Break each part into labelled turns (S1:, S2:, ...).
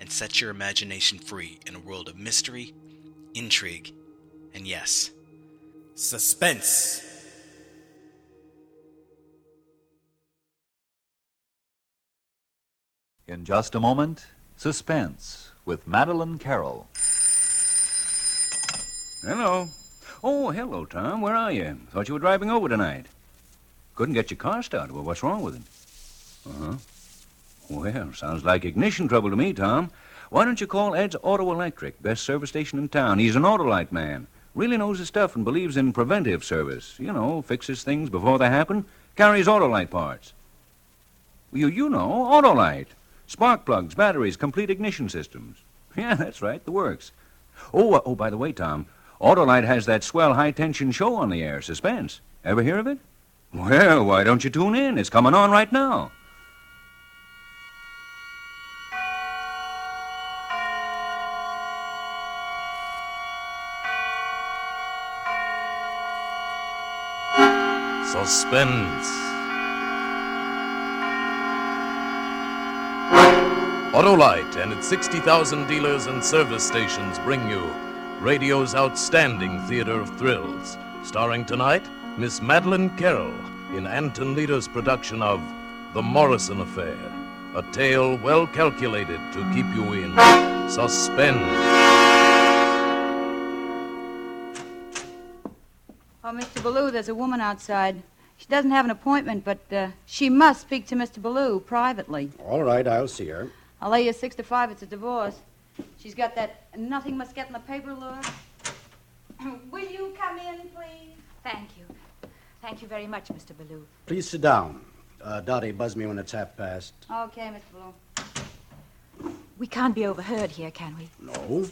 S1: and set your imagination free in a world of mystery, intrigue, and yes, suspense.
S2: In just a moment, Suspense with Madeline Carroll.
S3: Hello. Oh, hello, Tom. Where are you? Thought you were driving over tonight. Couldn't get your car started. Well, what's wrong with it? Uh huh. Well, sounds like ignition trouble to me, Tom. Why don't you call Ed's Auto Electric, best service station in town? He's an Autolite man. Really knows his stuff and believes in preventive service. You know, fixes things before they happen. Carries Autolite parts. You, you know, Autolite. Spark plugs, batteries, complete ignition systems. Yeah, that's right, the works. Oh, uh, oh, by the way, Tom, Autolite has that swell high-tension show on the air, Suspense. Ever hear of it? Well, why don't you tune in? It's coming on right now.
S4: Suspense. Autolite and its 60,000 dealers and service stations bring you radio's outstanding theater of thrills. Starring tonight, Miss Madeline Carroll in Anton Leder's production of The Morrison Affair, a tale well calculated to keep you in suspense.
S5: Oh, Mr. Ballou, there's a woman outside. She doesn't have an appointment, but uh, she must speak to Mr. Ballou privately.
S6: All right, I'll see her.
S5: I'll lay you six to five. It's a divorce. She's got that nothing must get in the paper lure. Will you come in, please?
S7: Thank you. Thank you very much, Mr. Ballou.
S6: Please sit down. Uh, Dottie, buzz me when it's half past.
S5: Okay, Mr. Ballou.
S7: We can't be overheard here, can we?
S6: No.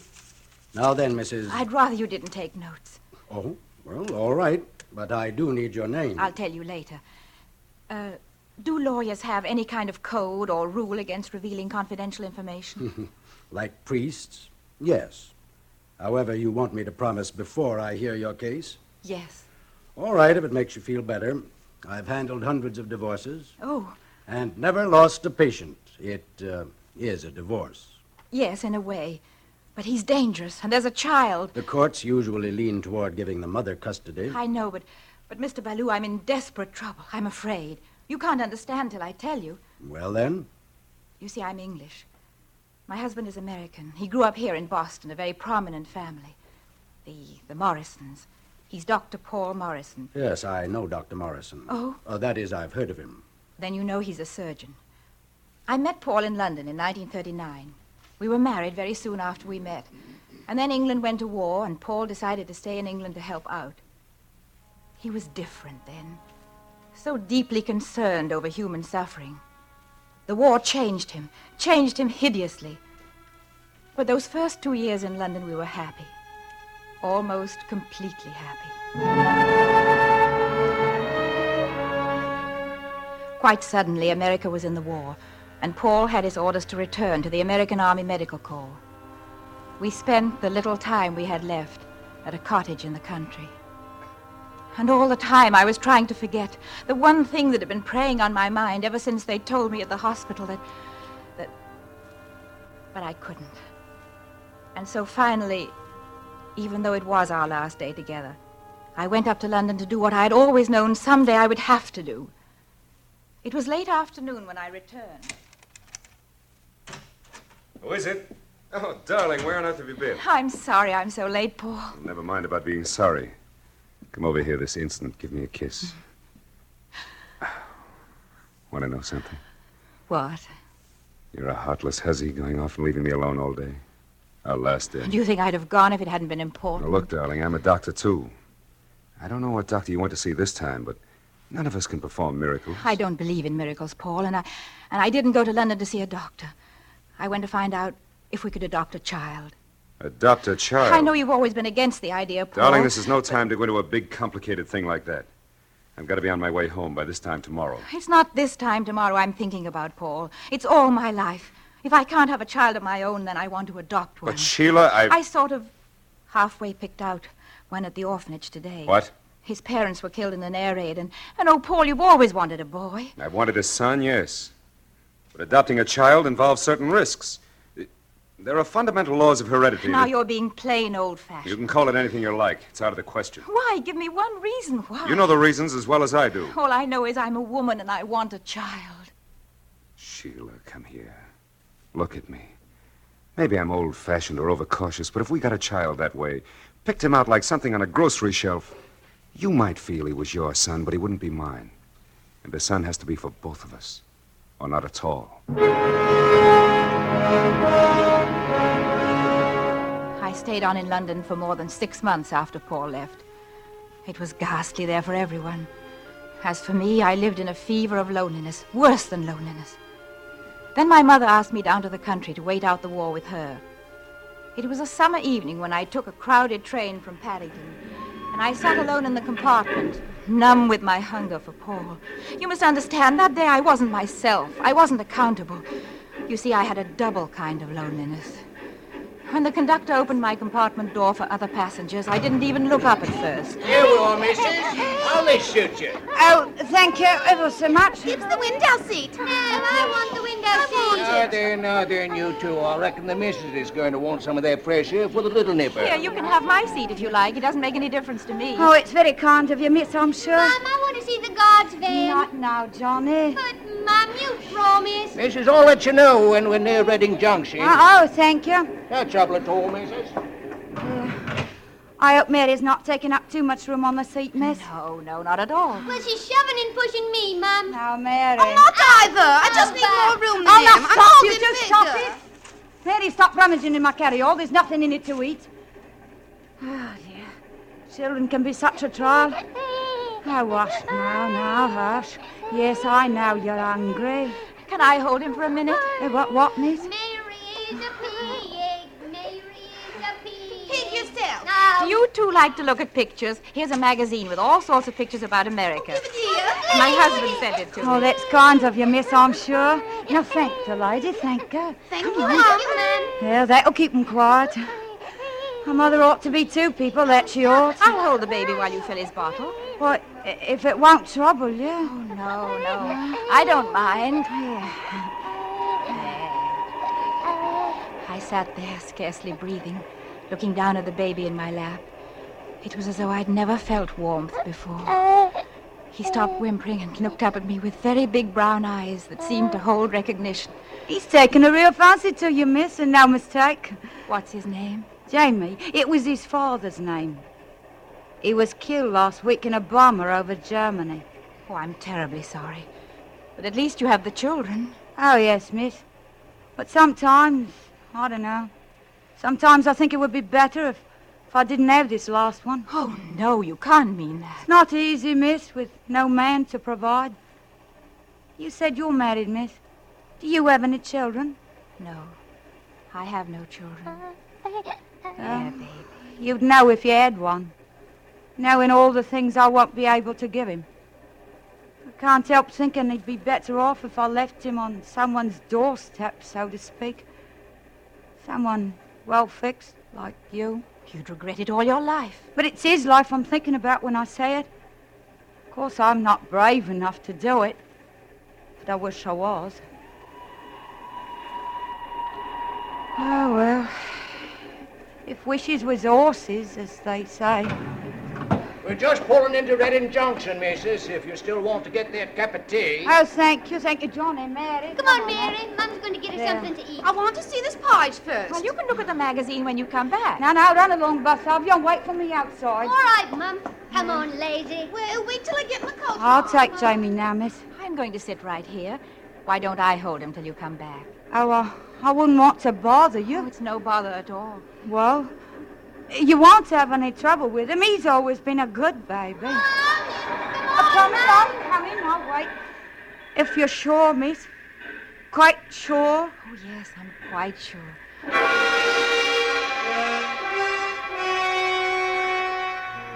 S6: Now then, Mrs.
S7: I'd rather you didn't take notes.
S6: Oh, well, all right. But I do need your name.
S7: I'll tell you later. Uh, do lawyers have any kind of code or rule against revealing confidential
S6: Hmm.
S7: information?
S6: like priests? Yes. However, you want me to promise before I hear your case?
S7: yes.
S6: All right, if it makes you feel better. I've handled hundreds of divorces
S7: Oh,
S6: and never lost a patient. It uh, is a divorce.
S7: yes, in a way. But he's dangerous, and there's a child.
S6: The courts usually lean toward giving the mother custody.
S7: I know, but, but Mr. Ballou, I'm in desperate trouble. I'm afraid. You can't understand till I tell you.
S6: Well, then,
S7: You see, I'm English. My husband is American. He grew up here in Boston, a very prominent family. The the Morrisons. He's Dr. Paul Morrison.
S6: yes, I know Dr. Morrison.
S7: Oh?
S6: Uh, that is, I've heard of him.
S7: Then you know he's a surgeon. I met Paul in London in 1939. We were married very soon after we met. And then England went to war, and Paul decided to stay in England to help out. He was different then, so deeply concerned over human suffering. The war changed him, changed him hideously. But those first two years in London, we were happy. Almost completely happy. Quite suddenly, America was in the war, and Paul had his orders to return to the American Army Medical Corps. We spent the little time we had left at a cottage in the country. And all the time I was trying to forget the one thing that had been preying on my mind ever since they told me at the hospital that. that. But I couldn't. And so finally, even though it was our last day together, I went up to London to do what I had always known someday I would have to do. It was late afternoon when I returned.
S8: Who is it? Oh, darling, where on earth have you been?
S7: I'm sorry I'm so late, Paul.
S8: Never mind about being sorry. Come over here this instant. Give me a kiss. Want to know something?
S7: What?
S8: You're a heartless hussy going off and leaving me alone all day. Our last day.
S7: Do you think I'd have gone if it hadn't been important?
S8: Now, look, darling, I'm a doctor, too. I don't know what doctor you went to see this time, but none of us can perform miracles.
S7: I don't believe in miracles, Paul, and I, and I didn't go to London to see a doctor. I went to find out if we could adopt a child.
S8: Adopt a child.
S7: I know you've always been against the idea, Paul.
S8: Oh. Darling, this is no time to go into a big, complicated thing like that. I've got to be on my way home by this time tomorrow.
S7: It's not this time tomorrow I'm thinking about, Paul. It's all my life. If I can't have a child of my own, then I want to adopt one.
S8: But, Sheila, I.
S7: I sort of halfway picked out one at the orphanage today.
S8: What?
S7: His parents were killed in an air raid, and, and oh, Paul, you've always wanted a boy.
S8: I've wanted a son, yes. But adopting a child involves certain risks. There are fundamental laws of heredity.
S7: Now
S8: that-
S7: you're being plain old fashioned.
S8: You can call it anything you like. It's out of the question.
S7: Why? Give me one reason why.
S8: You know the reasons as well as I do.
S7: All I know is I'm a woman and I want a child.
S8: Sheila, come here. Look at me. Maybe I'm old fashioned or overcautious, but if we got a child that way, picked him out like something on a grocery shelf, you might feel he was your son, but he wouldn't be mine. And the son has to be for both of us, or not at all.
S7: I stayed on in London for more than six months after Paul left. It was ghastly there for everyone. As for me, I lived in a fever of loneliness, worse than loneliness. Then my mother asked me down to the country to wait out the war with her. It was a summer evening when I took a crowded train from Paddington, and I sat alone in the compartment, numb with my hunger for Paul. You must understand, that day I wasn't myself. I wasn't accountable. You see, I had a double kind of loneliness. When the conductor opened my compartment door for other passengers, I didn't even look up at first.
S9: Here we are, missus. I'll let shoot you.
S5: Oh, thank you ever so much.
S10: It's the window seat. And I want the window
S9: Now there, now there, you two. I reckon the missus is going to want some of that fresh air for the little nipper.
S7: Here, you can have my seat if you like. It doesn't make any difference to me.
S5: Oh, it's very kind of you, miss, I'm sure.
S10: Mum, I want to see the guards van.
S5: Not now, Johnny.
S10: But, Mum, you promised.
S9: Missus, I'll let you know when we're near Reading Junction.
S5: Oh, oh, thank you.
S9: No trouble at all, missus.
S5: I hope Mary's not taking up too much room on the seat, miss.
S7: No, no, not at all.
S10: Well, she's shoving and pushing me, Mum.
S5: Now, Mary.
S10: I'm not either. I just need more room than
S5: I'll
S10: him.
S5: not
S10: I'm
S5: stop you.
S10: holding
S5: Just
S10: bigger.
S5: stop it. Mary, stop rummaging in my carryall. There's nothing in it to eat. Oh, dear. Children can be such a trial. Now, hush. Now, now, hush. Yes, I know you're hungry.
S7: Can I hold him for a minute?
S5: Eh, what, what, miss?
S10: Mary is a pig. Mary is a pig. Pig yourself. Now,
S7: You two like to look at pictures. Here's a magazine with all sorts of pictures about America.
S10: dear.
S7: My husband sent it to me.
S5: Oh, that's kind of you, miss, I'm sure. Now, thank the lady, thank her.
S10: Thank you, Mum.
S5: Well, that'll keep 'em quiet. A mother ought to be two people, that she ought.
S7: I'll hold the baby while you fill his bottle.
S5: Well, i- if it won't trouble you.
S7: Oh, No, no, I don't mind. I sat there, scarcely breathing, looking down at the baby in my lap. It was as though I'd never felt warmth before. He stopped whimpering and looked up at me with very big brown eyes that seemed to hold recognition.
S5: He's taken a real fancy to you, miss, and no mistake.
S7: What's his name?
S5: Jamie, it was his father's name. He was killed last week in a bomber over Germany.
S7: Oh, I'm terribly sorry. But at least you have the children.
S5: Oh, yes, miss. But sometimes, I don't know, sometimes I think it would be better if, if I didn't have this last one.
S7: Oh, no, you can't mean that.
S5: It's not easy, miss, with no man to provide. You said you're married, miss. Do you have any children?
S7: No, I have no children.
S5: Yeah, baby. You'd know if you had one. Knowing all the things I won't be able to give him. I can't help thinking he'd be better off if I left him on someone's doorstep, so to speak. Someone well fixed, like you.
S7: You'd regret it all your life.
S5: But it's his life I'm thinking about when I say it. Of course, I'm not brave enough to do it. But I wish I was. Oh, well. If wishes was horses, as they say.
S9: We're just pulling into Reading Junction, missus, if you still want to get that cup of tea.
S5: Oh, thank you, thank you, Johnny, Mary.
S10: Come on, Mary. Mum's going to get her
S5: Yeah.
S10: something to eat.
S7: want to see this porridge first. Well, you can look at the magazine when you come back.
S5: Now, now, run along, Bus and Wait for me outside.
S10: All right, Mum. Come on, lazy. Well, wait till I get my coat.
S5: I'll take Jamie now, miss.
S7: I'm going to sit right here. Why don't I hold him till you come back?
S5: Oh, uh, I wouldn't want to bother
S7: Oh,
S5: you.
S7: it's no bother at all.
S5: Well, you won't have any trouble with him. He's always been a good baby.
S7: Ah!
S5: Come in, I'll come in, I'll wait. If you're sure, miss. Quite sure.
S7: Oh, yes, I'm quite sure.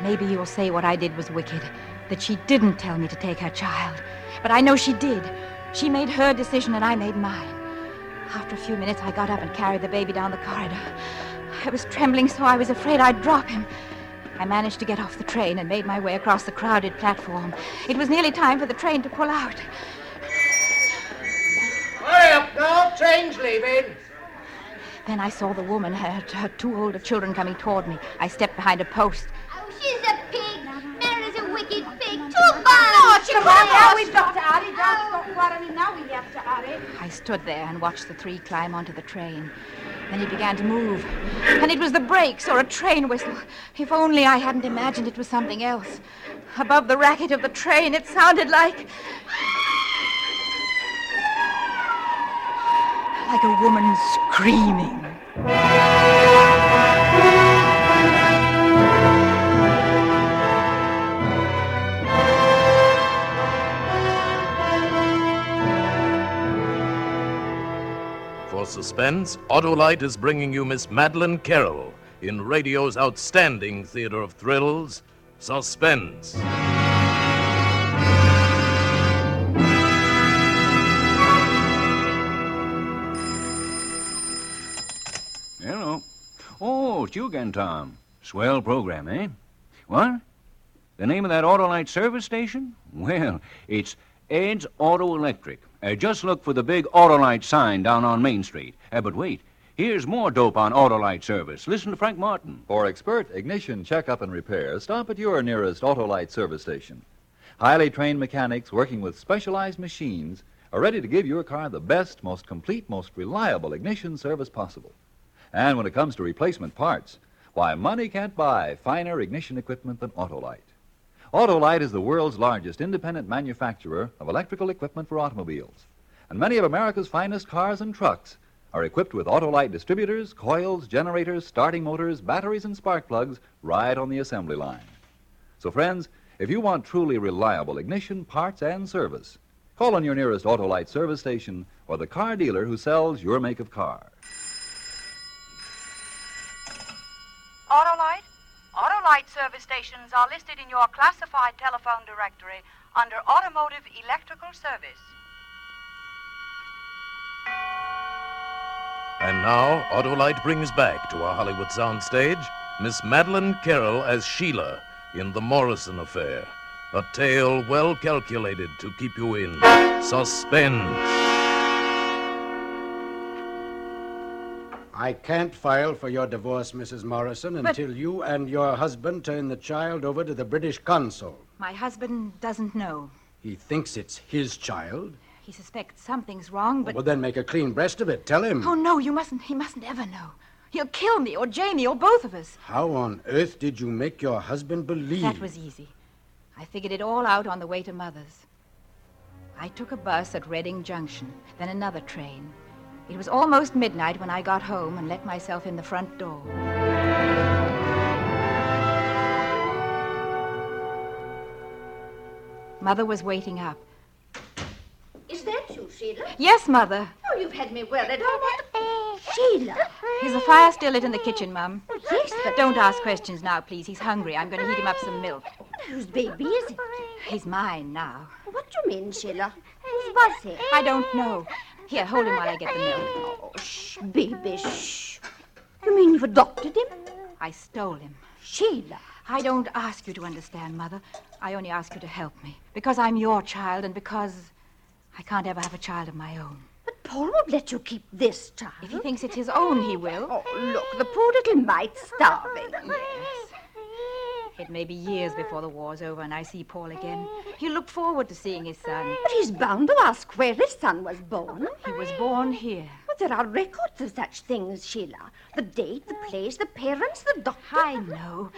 S7: Maybe you'll say what I did was wicked, that she didn't tell me to take her child. But I know she did. She made her decision and I made mine. After a few minutes, I got up and carried the baby down the corridor. I was trembling so I was afraid I'd drop him. I managed to get off the train and made my way across the crowded platform. It was nearly time for the train to pull out.
S9: Hurry up now. Train's leaving.
S7: Then I saw the woman, her, her two older children coming toward me. I stepped behind a post.
S10: Oh, she's a pig. Mary's a wicked pig. Too bad.
S5: Come on, now we've got to hurry. Don't stop worrying now. We have to hurry.
S7: I stood there and watched the three climb onto the train. Then he began to move. And it was the brakes or a train whistle. If only I hadn't imagined it was something else. Above the racket of the train, it sounded like. like a woman screaming.
S4: For suspense, Autolite is bringing you Miss Madeline Carroll in radio's outstanding theater of thrills, Suspense.
S3: Hello. Oh, it's you again, Tom. Swell program, eh? What? The name of that Autolite service station? Well, it's Ed's Auto Electric. Uh, just look for the big Autolite sign down on Main Street. Uh, but wait, here's more dope on Autolite service. Listen to Frank Martin.
S11: For expert ignition checkup and repair, stop at your nearest Autolite service station. Highly trained mechanics working with specialized machines are ready to give your car the best, most complete, most reliable ignition service possible. And when it comes to replacement parts, why, money can't buy finer ignition equipment than Autolite. Autolite is the world's largest independent manufacturer of electrical equipment for automobiles. And many of America's finest cars and trucks are equipped with Autolite distributors, coils, generators, starting motors, batteries, and spark plugs right on the assembly line. So, friends, if you want truly reliable ignition, parts, and service, call on your nearest Autolite service station or the car dealer who sells your make of car.
S5: Autolite? Autolite service stations are listed in your classified telephone directory under Automotive Electrical Service.
S4: And now, Autolite brings back to our Hollywood soundstage Miss Madeline Carroll as Sheila in The Morrison Affair, a tale well calculated to keep you in suspense.
S6: I can't file for your divorce, Mrs. Morrison,
S7: But-
S6: until you and your husband turn the child over to the British consul.
S7: My husband doesn't know.
S6: He thinks it's his child.
S7: He suspects something's wrong, but.
S6: Well, then make a clean breast of it. Tell him.
S7: Oh, no, you mustn't. He mustn't ever know. He'll kill me or Jamie or both of us.
S6: How on earth did you make your husband believe?
S7: That was easy. I figured it all out on the way to Mother's. I took a bus at Reading Junction, then another train. It was almost midnight when I got home and let myself in the front door. Mother was waiting up.
S10: Is that you, Sheila?
S7: Yes, Mother.
S10: Oh, you've had me well at all. Sheila.
S7: Is the fire still lit in the kitchen, Mum?
S10: yes,
S7: But don't ask questions now, please. He's hungry. I'm going to heat him up some milk.
S10: Whose baby is it?
S7: He's mine now.
S10: What do you mean, Sheila? Whose was it?
S7: I don't know. Here, hold him while I get the milk.
S10: Oh, shh, baby, shh. You mean you've adopted him?
S7: I stole him.
S10: Sheila.
S7: I don't ask you to understand, Mother. I only ask you to help me. Because I'm your child and because I can't ever have a child of my own.
S10: But Paul won't let you keep this child. If
S7: he thinks it's his own, he will.
S10: Oh, look, the poor little mite's starving.
S7: Yes. It may be years before the war's over and I see Paul again. He'll look forward to seeing his son.
S10: But he's bound to ask where his son was born.
S7: He was born here.
S10: But there are records of such things, Sheila. The date, the place, the parents, the doctor.
S7: I know.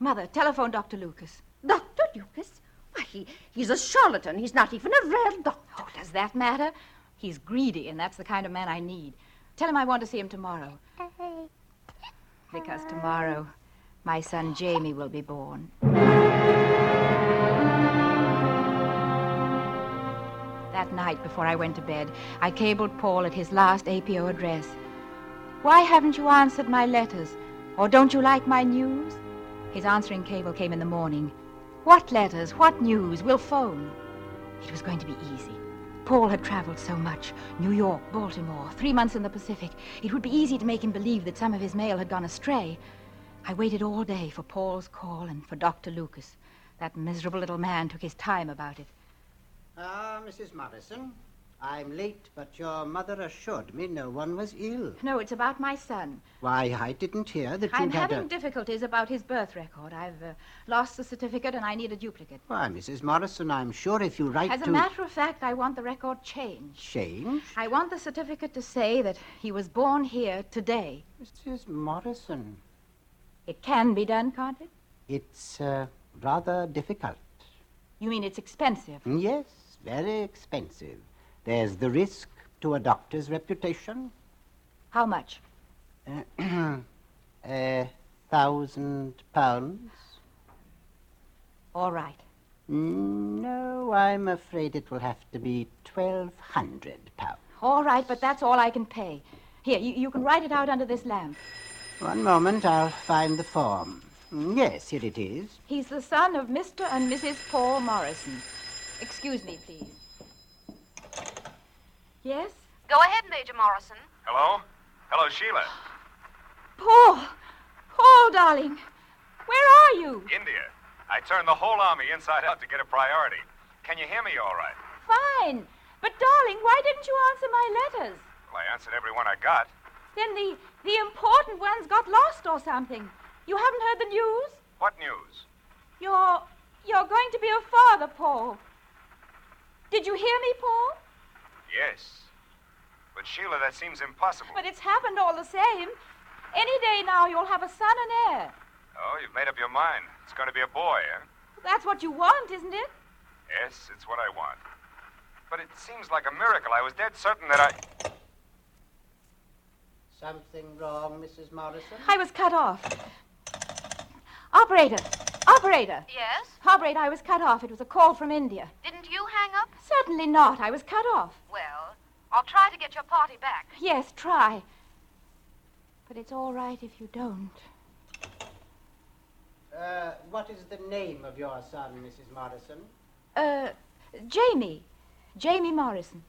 S7: Mother, telephone Dr. Lucas.
S10: Dr. Lucas? Why, he, he's a charlatan. He's not even a real doctor.
S7: Oh, does that matter? He's greedy, and that's the kind of man I need. Tell him I want to see him tomorrow. Because tomorrow, my son Jamie will be born. That night, before I went to bed, I cabled Paul at his last APO address. Why haven't you answered my letters? Or don't you like my news? His answering cable came in the morning. What letters? What news? We'll phone. It was going to be easy. Paul had traveled so much New York, Baltimore, three months in the Pacific. It would be easy to make him believe that some of his mail had gone astray. I waited all day for Paul's call and for Dr. Lucas. That miserable little man took his time about it.
S12: Ah, Mrs. Morrison. I'm late, but your mother assured me no one was ill.
S7: No, it's about my son.
S12: Why, I didn't hear that
S7: I'm
S12: you had
S7: having
S12: a...
S7: difficulties about his birth record. I've uh, lost the certificate and I need a duplicate.
S12: Why, Mrs. Morrison, I'm sure if you write
S7: As a
S12: to...
S7: matter of fact, I want the record changed.
S12: Change?
S7: I want the certificate to say that he was born here today.
S12: Mrs. Morrison,
S7: It can be done, can't it?
S12: it's uh, rather difficult. Mm,
S7: You mean it's expensive?
S12: Yes, very expensive. There's the risk to a doctor's reputation.
S7: How much?
S12: A Uh, thousand pounds?
S7: All right.
S12: No, I'm afraid it will have to be twelve hundred pounds.
S7: All right, but that's all I can pay. Here, you, you can write it out under this lamp.
S12: One moment, I'll find the form. Mm, Yes, here it is.
S7: He's the son of Mr. and Mrs. Paul Morrison. Excuse me, please. Yes?
S13: Go ahead, Major Morrison.
S14: Hello? Hello, Sheila.
S7: Paul! Paul, darling! Where are you?
S14: India. I turned the whole army inside out to get a priority. Can you hear me all right?
S7: Fine. But, darling, why didn't you answer my letters?
S14: Well, I answered every one I got.
S7: Then the, the important ones got lost or something. You haven't heard the news?
S14: What news?
S7: You're, you're going to be a father, Paul. Did you hear me, Paul?
S14: Yes. But, Sheila, that seems impossible.
S7: But it's happened all the same. Any day now you'll have a son and heir.
S14: Oh, you've made up your mind. It's going to be a boy, eh?
S7: That's what you want, isn't it?
S14: Yes, it's what I want. But it seems like a miracle. I was dead certain that I.
S12: Something wrong, Mrs. Morrison?
S7: I was cut off. Operator! Operator!
S13: Yes?
S7: Operator, I was cut off. It was a call from India.
S13: Didn't you hang up?
S7: Certainly not. I was cut off.
S13: Well, I'll try to get your party back.
S7: Yes, try. But it's all right if you don't.
S12: Uh, what is the name of your son, Mrs. Morrison?
S7: Uh, Jamie. Jamie Morrison.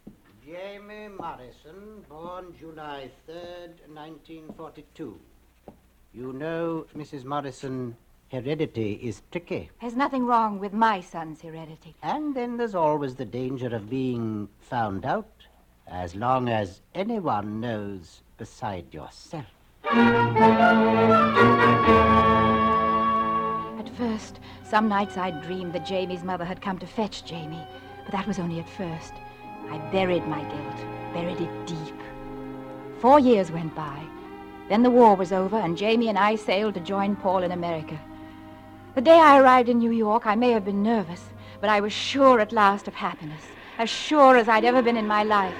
S12: Jamie Morrison, born July 3rd, 1942. You know, Mrs. Morrison, heredity is tricky.
S7: There's nothing wrong with my son's heredity.
S12: And then there's always the danger of being found out as long as anyone knows beside yourself.
S7: At first, some nights I dreamed that Jamie's mother had come to fetch Jamie, but that was only at first. I buried my guilt, buried it deep. Four years went by. Then the war was over, and Jamie and I sailed to join Paul in America. The day I arrived in New York, I may have been nervous, but I was sure at last of happiness, as sure as I'd ever been in my life.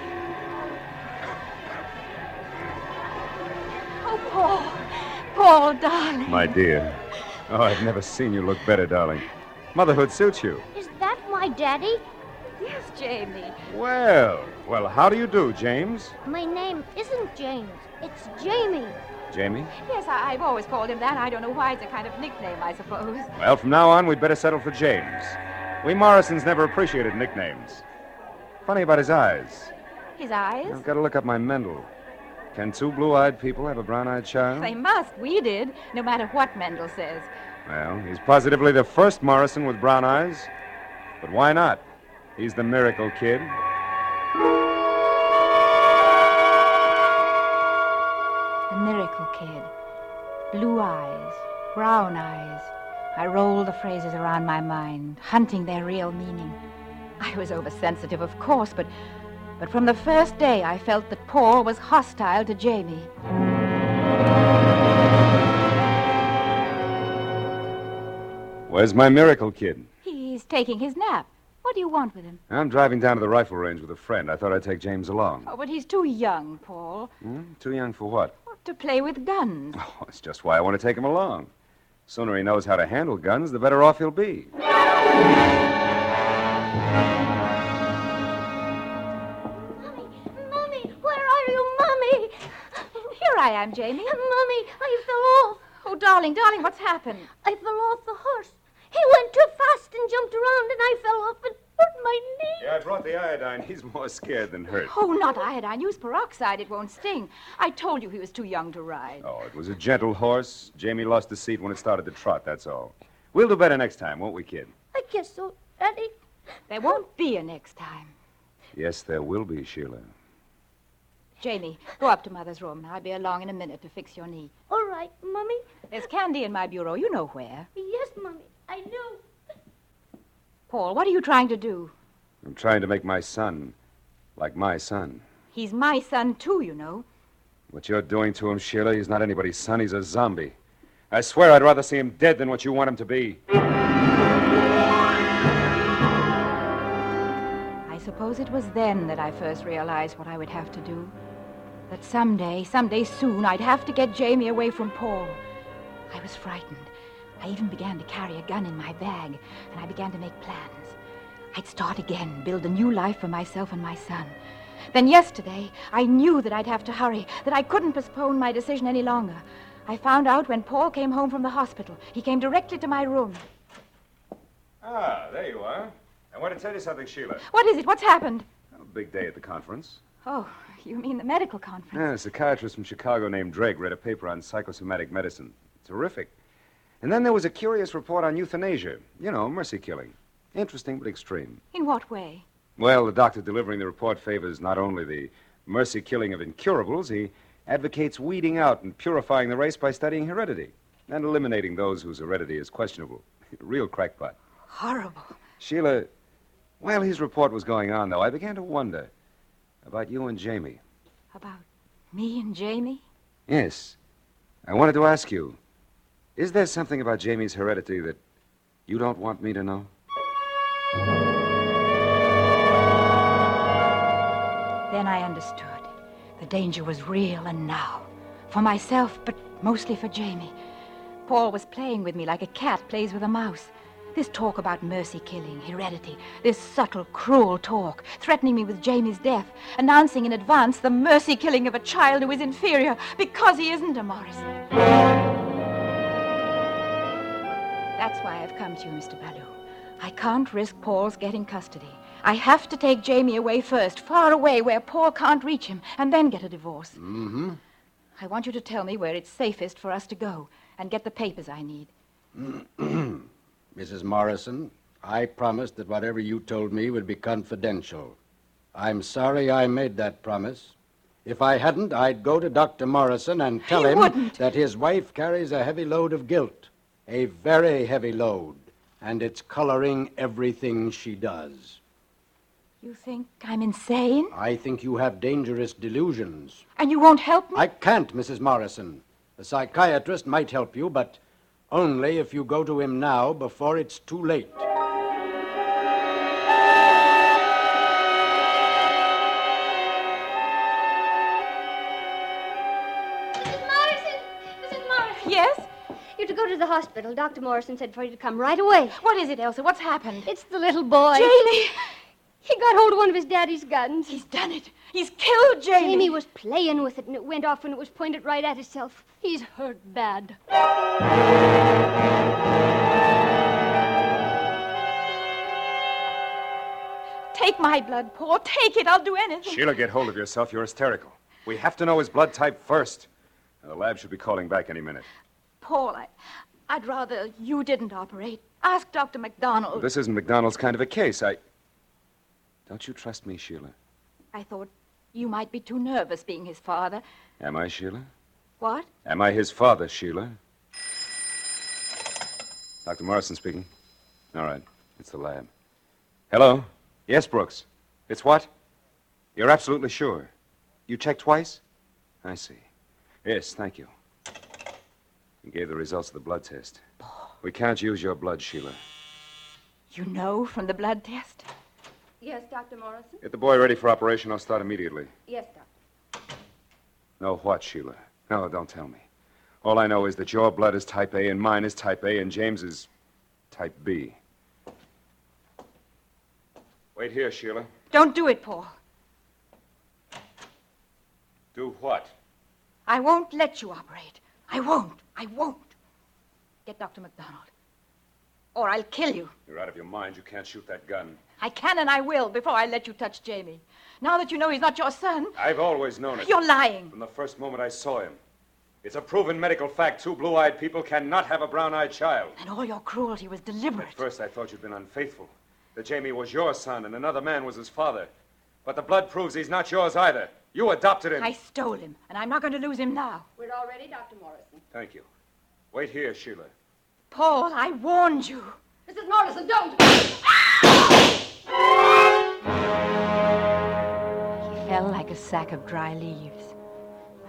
S7: Oh, Paul, Paul, darling.
S8: My dear. Oh, I've never seen you look better, darling. Motherhood suits you.
S10: Is that my daddy?
S7: Yes, Jamie.
S8: Well, well, how do you do, James?
S10: My name isn't James. It's Jamie.
S8: Jamie?
S7: Yes, I, I've always called him that. I don't know why. It's a kind of nickname, I suppose.
S8: Well, from now on, we'd better settle for James. We Morrisons never appreciated nicknames. Funny about his eyes.
S7: His eyes?
S8: I've got to look up my Mendel. Can two blue eyed people have a brown eyed child?
S7: They must. We did, no matter what Mendel says.
S8: Well, he's positively the first Morrison with brown eyes. But why not? He's the miracle kid.
S7: The miracle kid. Blue eyes, brown eyes. I rolled the phrases around my mind, hunting their real meaning. I was oversensitive, of course, but but from the first day I felt that Paul was hostile to Jamie.
S8: Where's my miracle kid?
S7: He's taking his nap. What do you want with him?
S8: I'm driving down to the rifle range with a friend. I thought I'd take James along.
S7: Oh, but he's too young, Paul,
S8: Hmm? Too young for what?
S7: to play with guns.
S8: Oh, that's just why I want to take him along. Sooner he knows how to handle guns, the better off he'll be.
S10: Mommy, where are you, Mommy?
S7: Here I am, Jamie.
S15: Mommy, I fell off.
S7: Oh, darling, darling, what's happened?
S15: I fell off the horse. He went too fast and jumped around, and I fell off and hurt my knee.
S8: Yeah, I brought the iodine. He's more scared than hurt.
S7: Oh, not iodine. Use peroxide. It won't sting. I told you he was too young to ride.
S8: Oh, it was a gentle horse. Jamie lost the seat when it started to trot, that's all. We'll do better next time, won't we, kid?
S15: I guess so, Daddy.
S7: There won't be a next time.
S8: Yes, there will be, Sheila.
S7: Jamie, go up to Mother's room, and I'll be along in a minute to fix your knee.
S15: All right, Mommy.
S7: There's candy in my bureau. You know where.
S15: Yes, Mommy, I know.
S7: Paul, what are you trying to do?
S8: I'm trying to make my son like my son.
S7: He's my son, too, you know.
S8: What you're doing to him, Sheila, he's not anybody's son. He's a zombie. I swear I'd rather see him dead than what you want him to be.
S7: I suppose it was then that I first realized what I would have to do. That someday, someday soon, I'd have to get Jamie away from Paul. I was frightened. I even began to carry a gun in my bag, and I began to make plans. I'd start again, build a new life for myself and my son. Then yesterday, I knew that I'd have to hurry, that I couldn't postpone my decision any longer. I found out when Paul came home from the hospital. He came directly to my room.
S8: Ah, there you are. I want to tell you something, Sheila.
S7: What is it? What's happened?
S8: A big day at the conference.
S7: Oh, you mean the medical conference?
S8: Yeah, a psychiatrist from Chicago named Drake read a paper on psychosomatic medicine. Terrific. And then there was a curious report on euthanasia. You know, mercy killing. Interesting, but extreme.
S7: In what way?
S8: Well, the doctor delivering the report favors not only the mercy killing of incurables, he advocates weeding out and purifying the race by studying heredity and eliminating those whose heredity is questionable. Real crackpot.
S7: Horrible.
S8: Sheila, while his report was going on, though, I began to wonder about you and Jamie.
S7: About me and Jamie?
S8: Yes. I wanted to ask you is there something about Jamie's heredity that you don't want me to know?
S7: Then I understood. The danger was real and now. For myself, but mostly for Jamie. Paul was playing with me like a cat plays with a mouse. This talk about mercy killing, heredity, this subtle, cruel talk, threatening me with Jamie's death, announcing in advance the mercy killing of a child who is inferior because he isn't a Morrison. That's why I've come to you, Mr. Ballou. I can't risk Paul's getting custody. I have to take Jamie away first, far away where Paul can't reach him, and then get a divorce.
S12: Mm-hmm.
S7: I want you to tell me where it's safest for us to go and get the papers I need.
S12: Mrs. Morrison, I promised that whatever you told me would be confidential. I'm sorry I made that promise. If I hadn't, I'd go to Dr. Morrison and tell him that his wife carries a heavy load of guilt. A very heavy load. And it's coloring everything she does.
S7: You think I'm insane?
S12: I think you have dangerous delusions.
S7: And you won't help me?
S12: I can't, Mrs. Morrison. A psychiatrist might help you, but only if you go to him now before it's too late.
S15: Mrs. Morrison! Mrs. Morrison!
S7: Yes?
S15: You're to go to the hospital. Dr. Morrison said for you to come right away.
S7: What is it, Elsa? What's happened?
S15: It's the little boy.
S7: Jamie!
S15: He got hold of one of his daddy's guns. He's
S7: done it. He's killed Jamie.
S15: Jamie was playing with it, and it went off when it was pointed right at itself. He's hurt bad.
S7: Take my blood, Paul. Take it. I'll do anything.
S8: Sheila, get hold of yourself. You're hysterical. We have to know his blood type first. Uh, The lab should be calling back any minute.
S7: Paul, I, I'd rather you didn't operate. Ask Dr. McDonald.
S8: This isn't McDonald's kind of a case. I. Don't you trust me, Sheila?
S7: I thought you might be too nervous being his father.
S8: Am I, Sheila?
S7: What?
S8: Am I his father, Sheila? Dr. Morrison speaking. All right. It's the lab. Hello? Yes, Brooks. It's what? You're absolutely sure. You checked twice? I see. Yes, thank you. You gave the results of the blood test. We can't use your blood, Sheila.
S7: You know from the blood test?
S5: Yes, Dr. Morrison?
S8: Get the boy ready for operation. I'll start immediately.
S5: Yes, Doctor.
S8: No, what, Sheila? No, don't tell me. All I know is that your blood is type A and mine is type A and James is type B. Wait here, Sheila.
S7: Don't do it, Paul.
S8: Do what?
S7: I won't let you operate. I won't. I won't. Get Dr. McDonald. Or I'll kill you.
S8: You're out of your mind. You can't shoot that gun.
S7: I can and I will before I let you touch Jamie. Now that you know he's not your son,
S8: I've always known it.
S7: You're lying.
S8: From the first moment I saw him. It's a proven medical fact two blue eyed people cannot have a brown eyed child.
S7: and all your cruelty was deliberate.
S8: At first, I thought you'd been unfaithful. That Jamie was your son and another man was his father. But the blood proves he's not yours either. You adopted him.
S7: I stole him, and I'm not going to lose him now.
S15: We're all ready, Dr. Morrison.
S8: Thank you. Wait here, Sheila.
S7: Paul, I warned you.
S15: Mrs. Morrison, don't!
S7: He fell like a sack of dry leaves,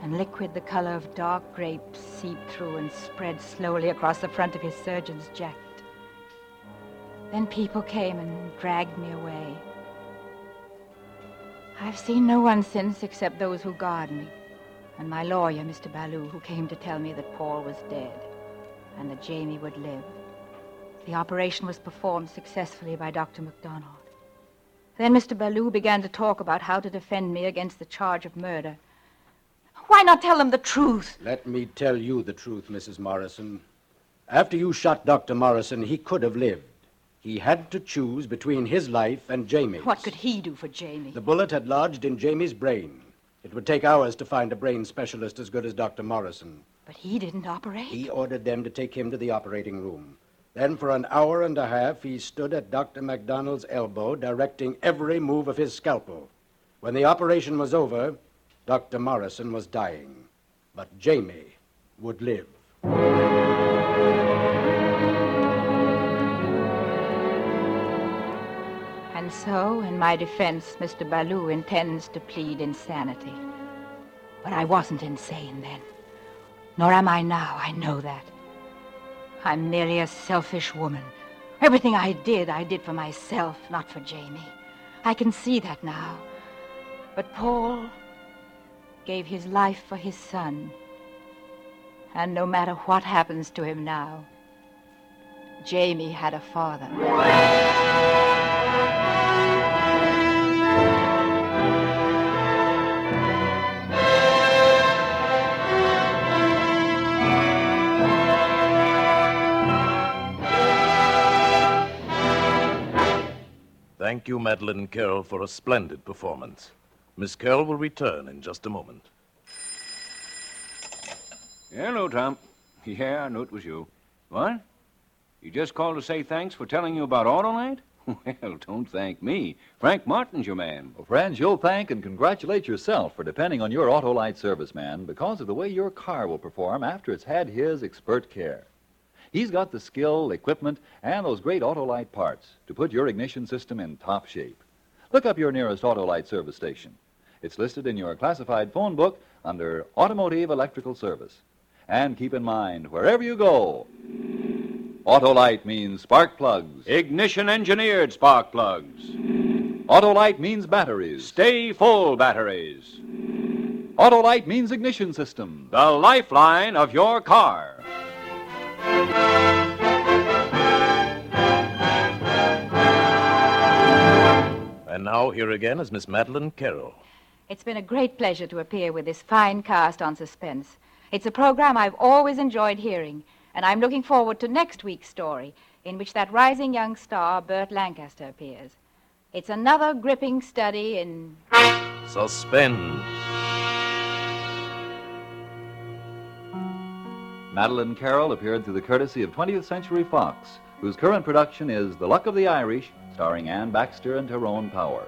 S7: and liquid the color of dark grapes seeped through and spread slowly across the front of his surgeon's jacket. Then people came and dragged me away. I've seen no one since except those who guard me, and my lawyer, Mr. Ballou, who came to tell me that Paul was dead and that Jamie would live. The operation was performed successfully by Dr. MacDonald. Then Mr. Ballou began to talk about how to defend me against the charge of murder. Why not tell them the truth?
S6: Let me tell you the truth, Mrs. Morrison. After you shot Dr. Morrison, he could have lived. He had to choose between his life and Jamie.
S7: What could he do for Jamie?
S6: The bullet had lodged in Jamie's brain. It would take hours to find a brain specialist as good as Dr. Morrison.
S7: But he didn't operate.
S6: He ordered them to take him to the operating room. Then, for an hour and a half, he stood at Dr. MacDonald's elbow, directing every move of his scalpel. When the operation was over, Dr. Morrison was dying. But Jamie would live.
S7: And so, in my defense, Mr. Ballou intends to plead insanity. But I wasn't insane then. Nor am I now, I know that. I'm merely a selfish woman. Everything I did, I did for myself, not for Jamie. I can see that now. But Paul gave his life for his son. And no matter what happens to him now, Jamie had a father.
S4: Thank you, Madeline Carroll, for a splendid performance. Miss Carroll will return in just a moment.
S3: Hello, Tom. Yeah, I knew it was you. What? You just called to say thanks for telling you about Autolite? Well, don't thank me. Frank Martin's your man.
S11: Well, friends, you'll thank and congratulate yourself for depending on your Autolite serviceman because of the way your car will perform after it's had his expert care. He's got the skill, equipment, and those great Autolite parts to put your ignition system in top shape. Look up your nearest Autolite service station. It's listed in your classified phone book under Automotive Electrical Service. And keep in mind, wherever you go, Autolite means spark plugs.
S3: Ignition engineered spark plugs.
S11: Autolite means batteries.
S3: Stay full batteries.
S11: Autolite means ignition system.
S3: The lifeline of your car.
S4: And now, here again is Miss Madeline Carroll.
S7: It's been a great pleasure to appear with this fine cast on Suspense. It's a program I've always enjoyed hearing, and I'm looking forward to next week's story, in which that rising young star, Bert Lancaster, appears. It's another gripping study in.
S4: Suspend.
S11: Madeline Carroll appeared through the courtesy of 20th Century Fox, whose current production is The Luck of the Irish, starring Ann Baxter and Tyrone Power.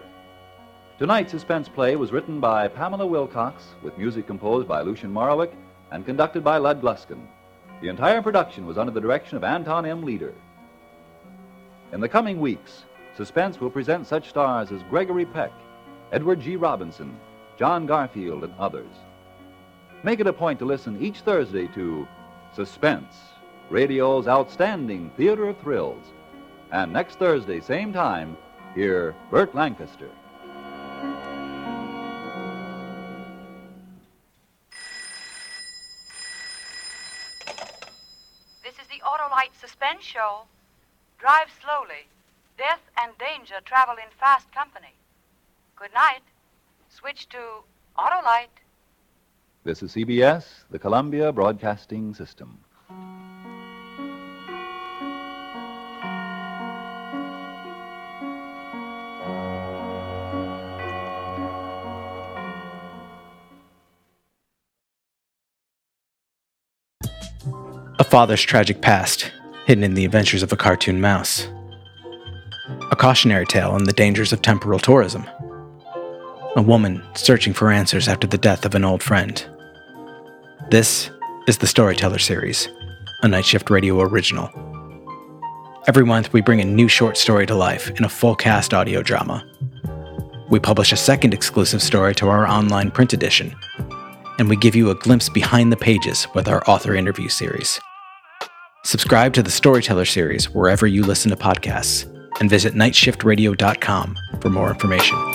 S11: Tonight's suspense play was written by Pamela Wilcox, with music composed by Lucian Morowick and conducted by Lud Gluskin. The entire production was under the direction of Anton M. Leader. In the coming weeks, Suspense will present such stars as Gregory Peck, Edward G. Robinson, John Garfield, and others. Make it a point to listen each Thursday to Suspense, radio's outstanding theater of thrills. And next Thursday, same time, hear Burt Lancaster.
S5: This is the Autolite Suspense Show. Drive slowly. Death and danger travel in fast company. Good night. Switch to Autolite.
S11: This is CBS, the Columbia Broadcasting System.
S1: A father's tragic past, hidden in the adventures of a cartoon mouse. A cautionary tale on the dangers of temporal tourism. A woman searching for answers after the death of an old friend. This is the Storyteller series, a Night Shift Radio original. Every month, we bring a new short story to life in a full cast audio drama. We publish a second exclusive story to our online print edition, and we give you a glimpse behind the pages with our author interview series. Subscribe to the Storyteller series wherever you listen to podcasts and visit nightshiftradio.com for more information.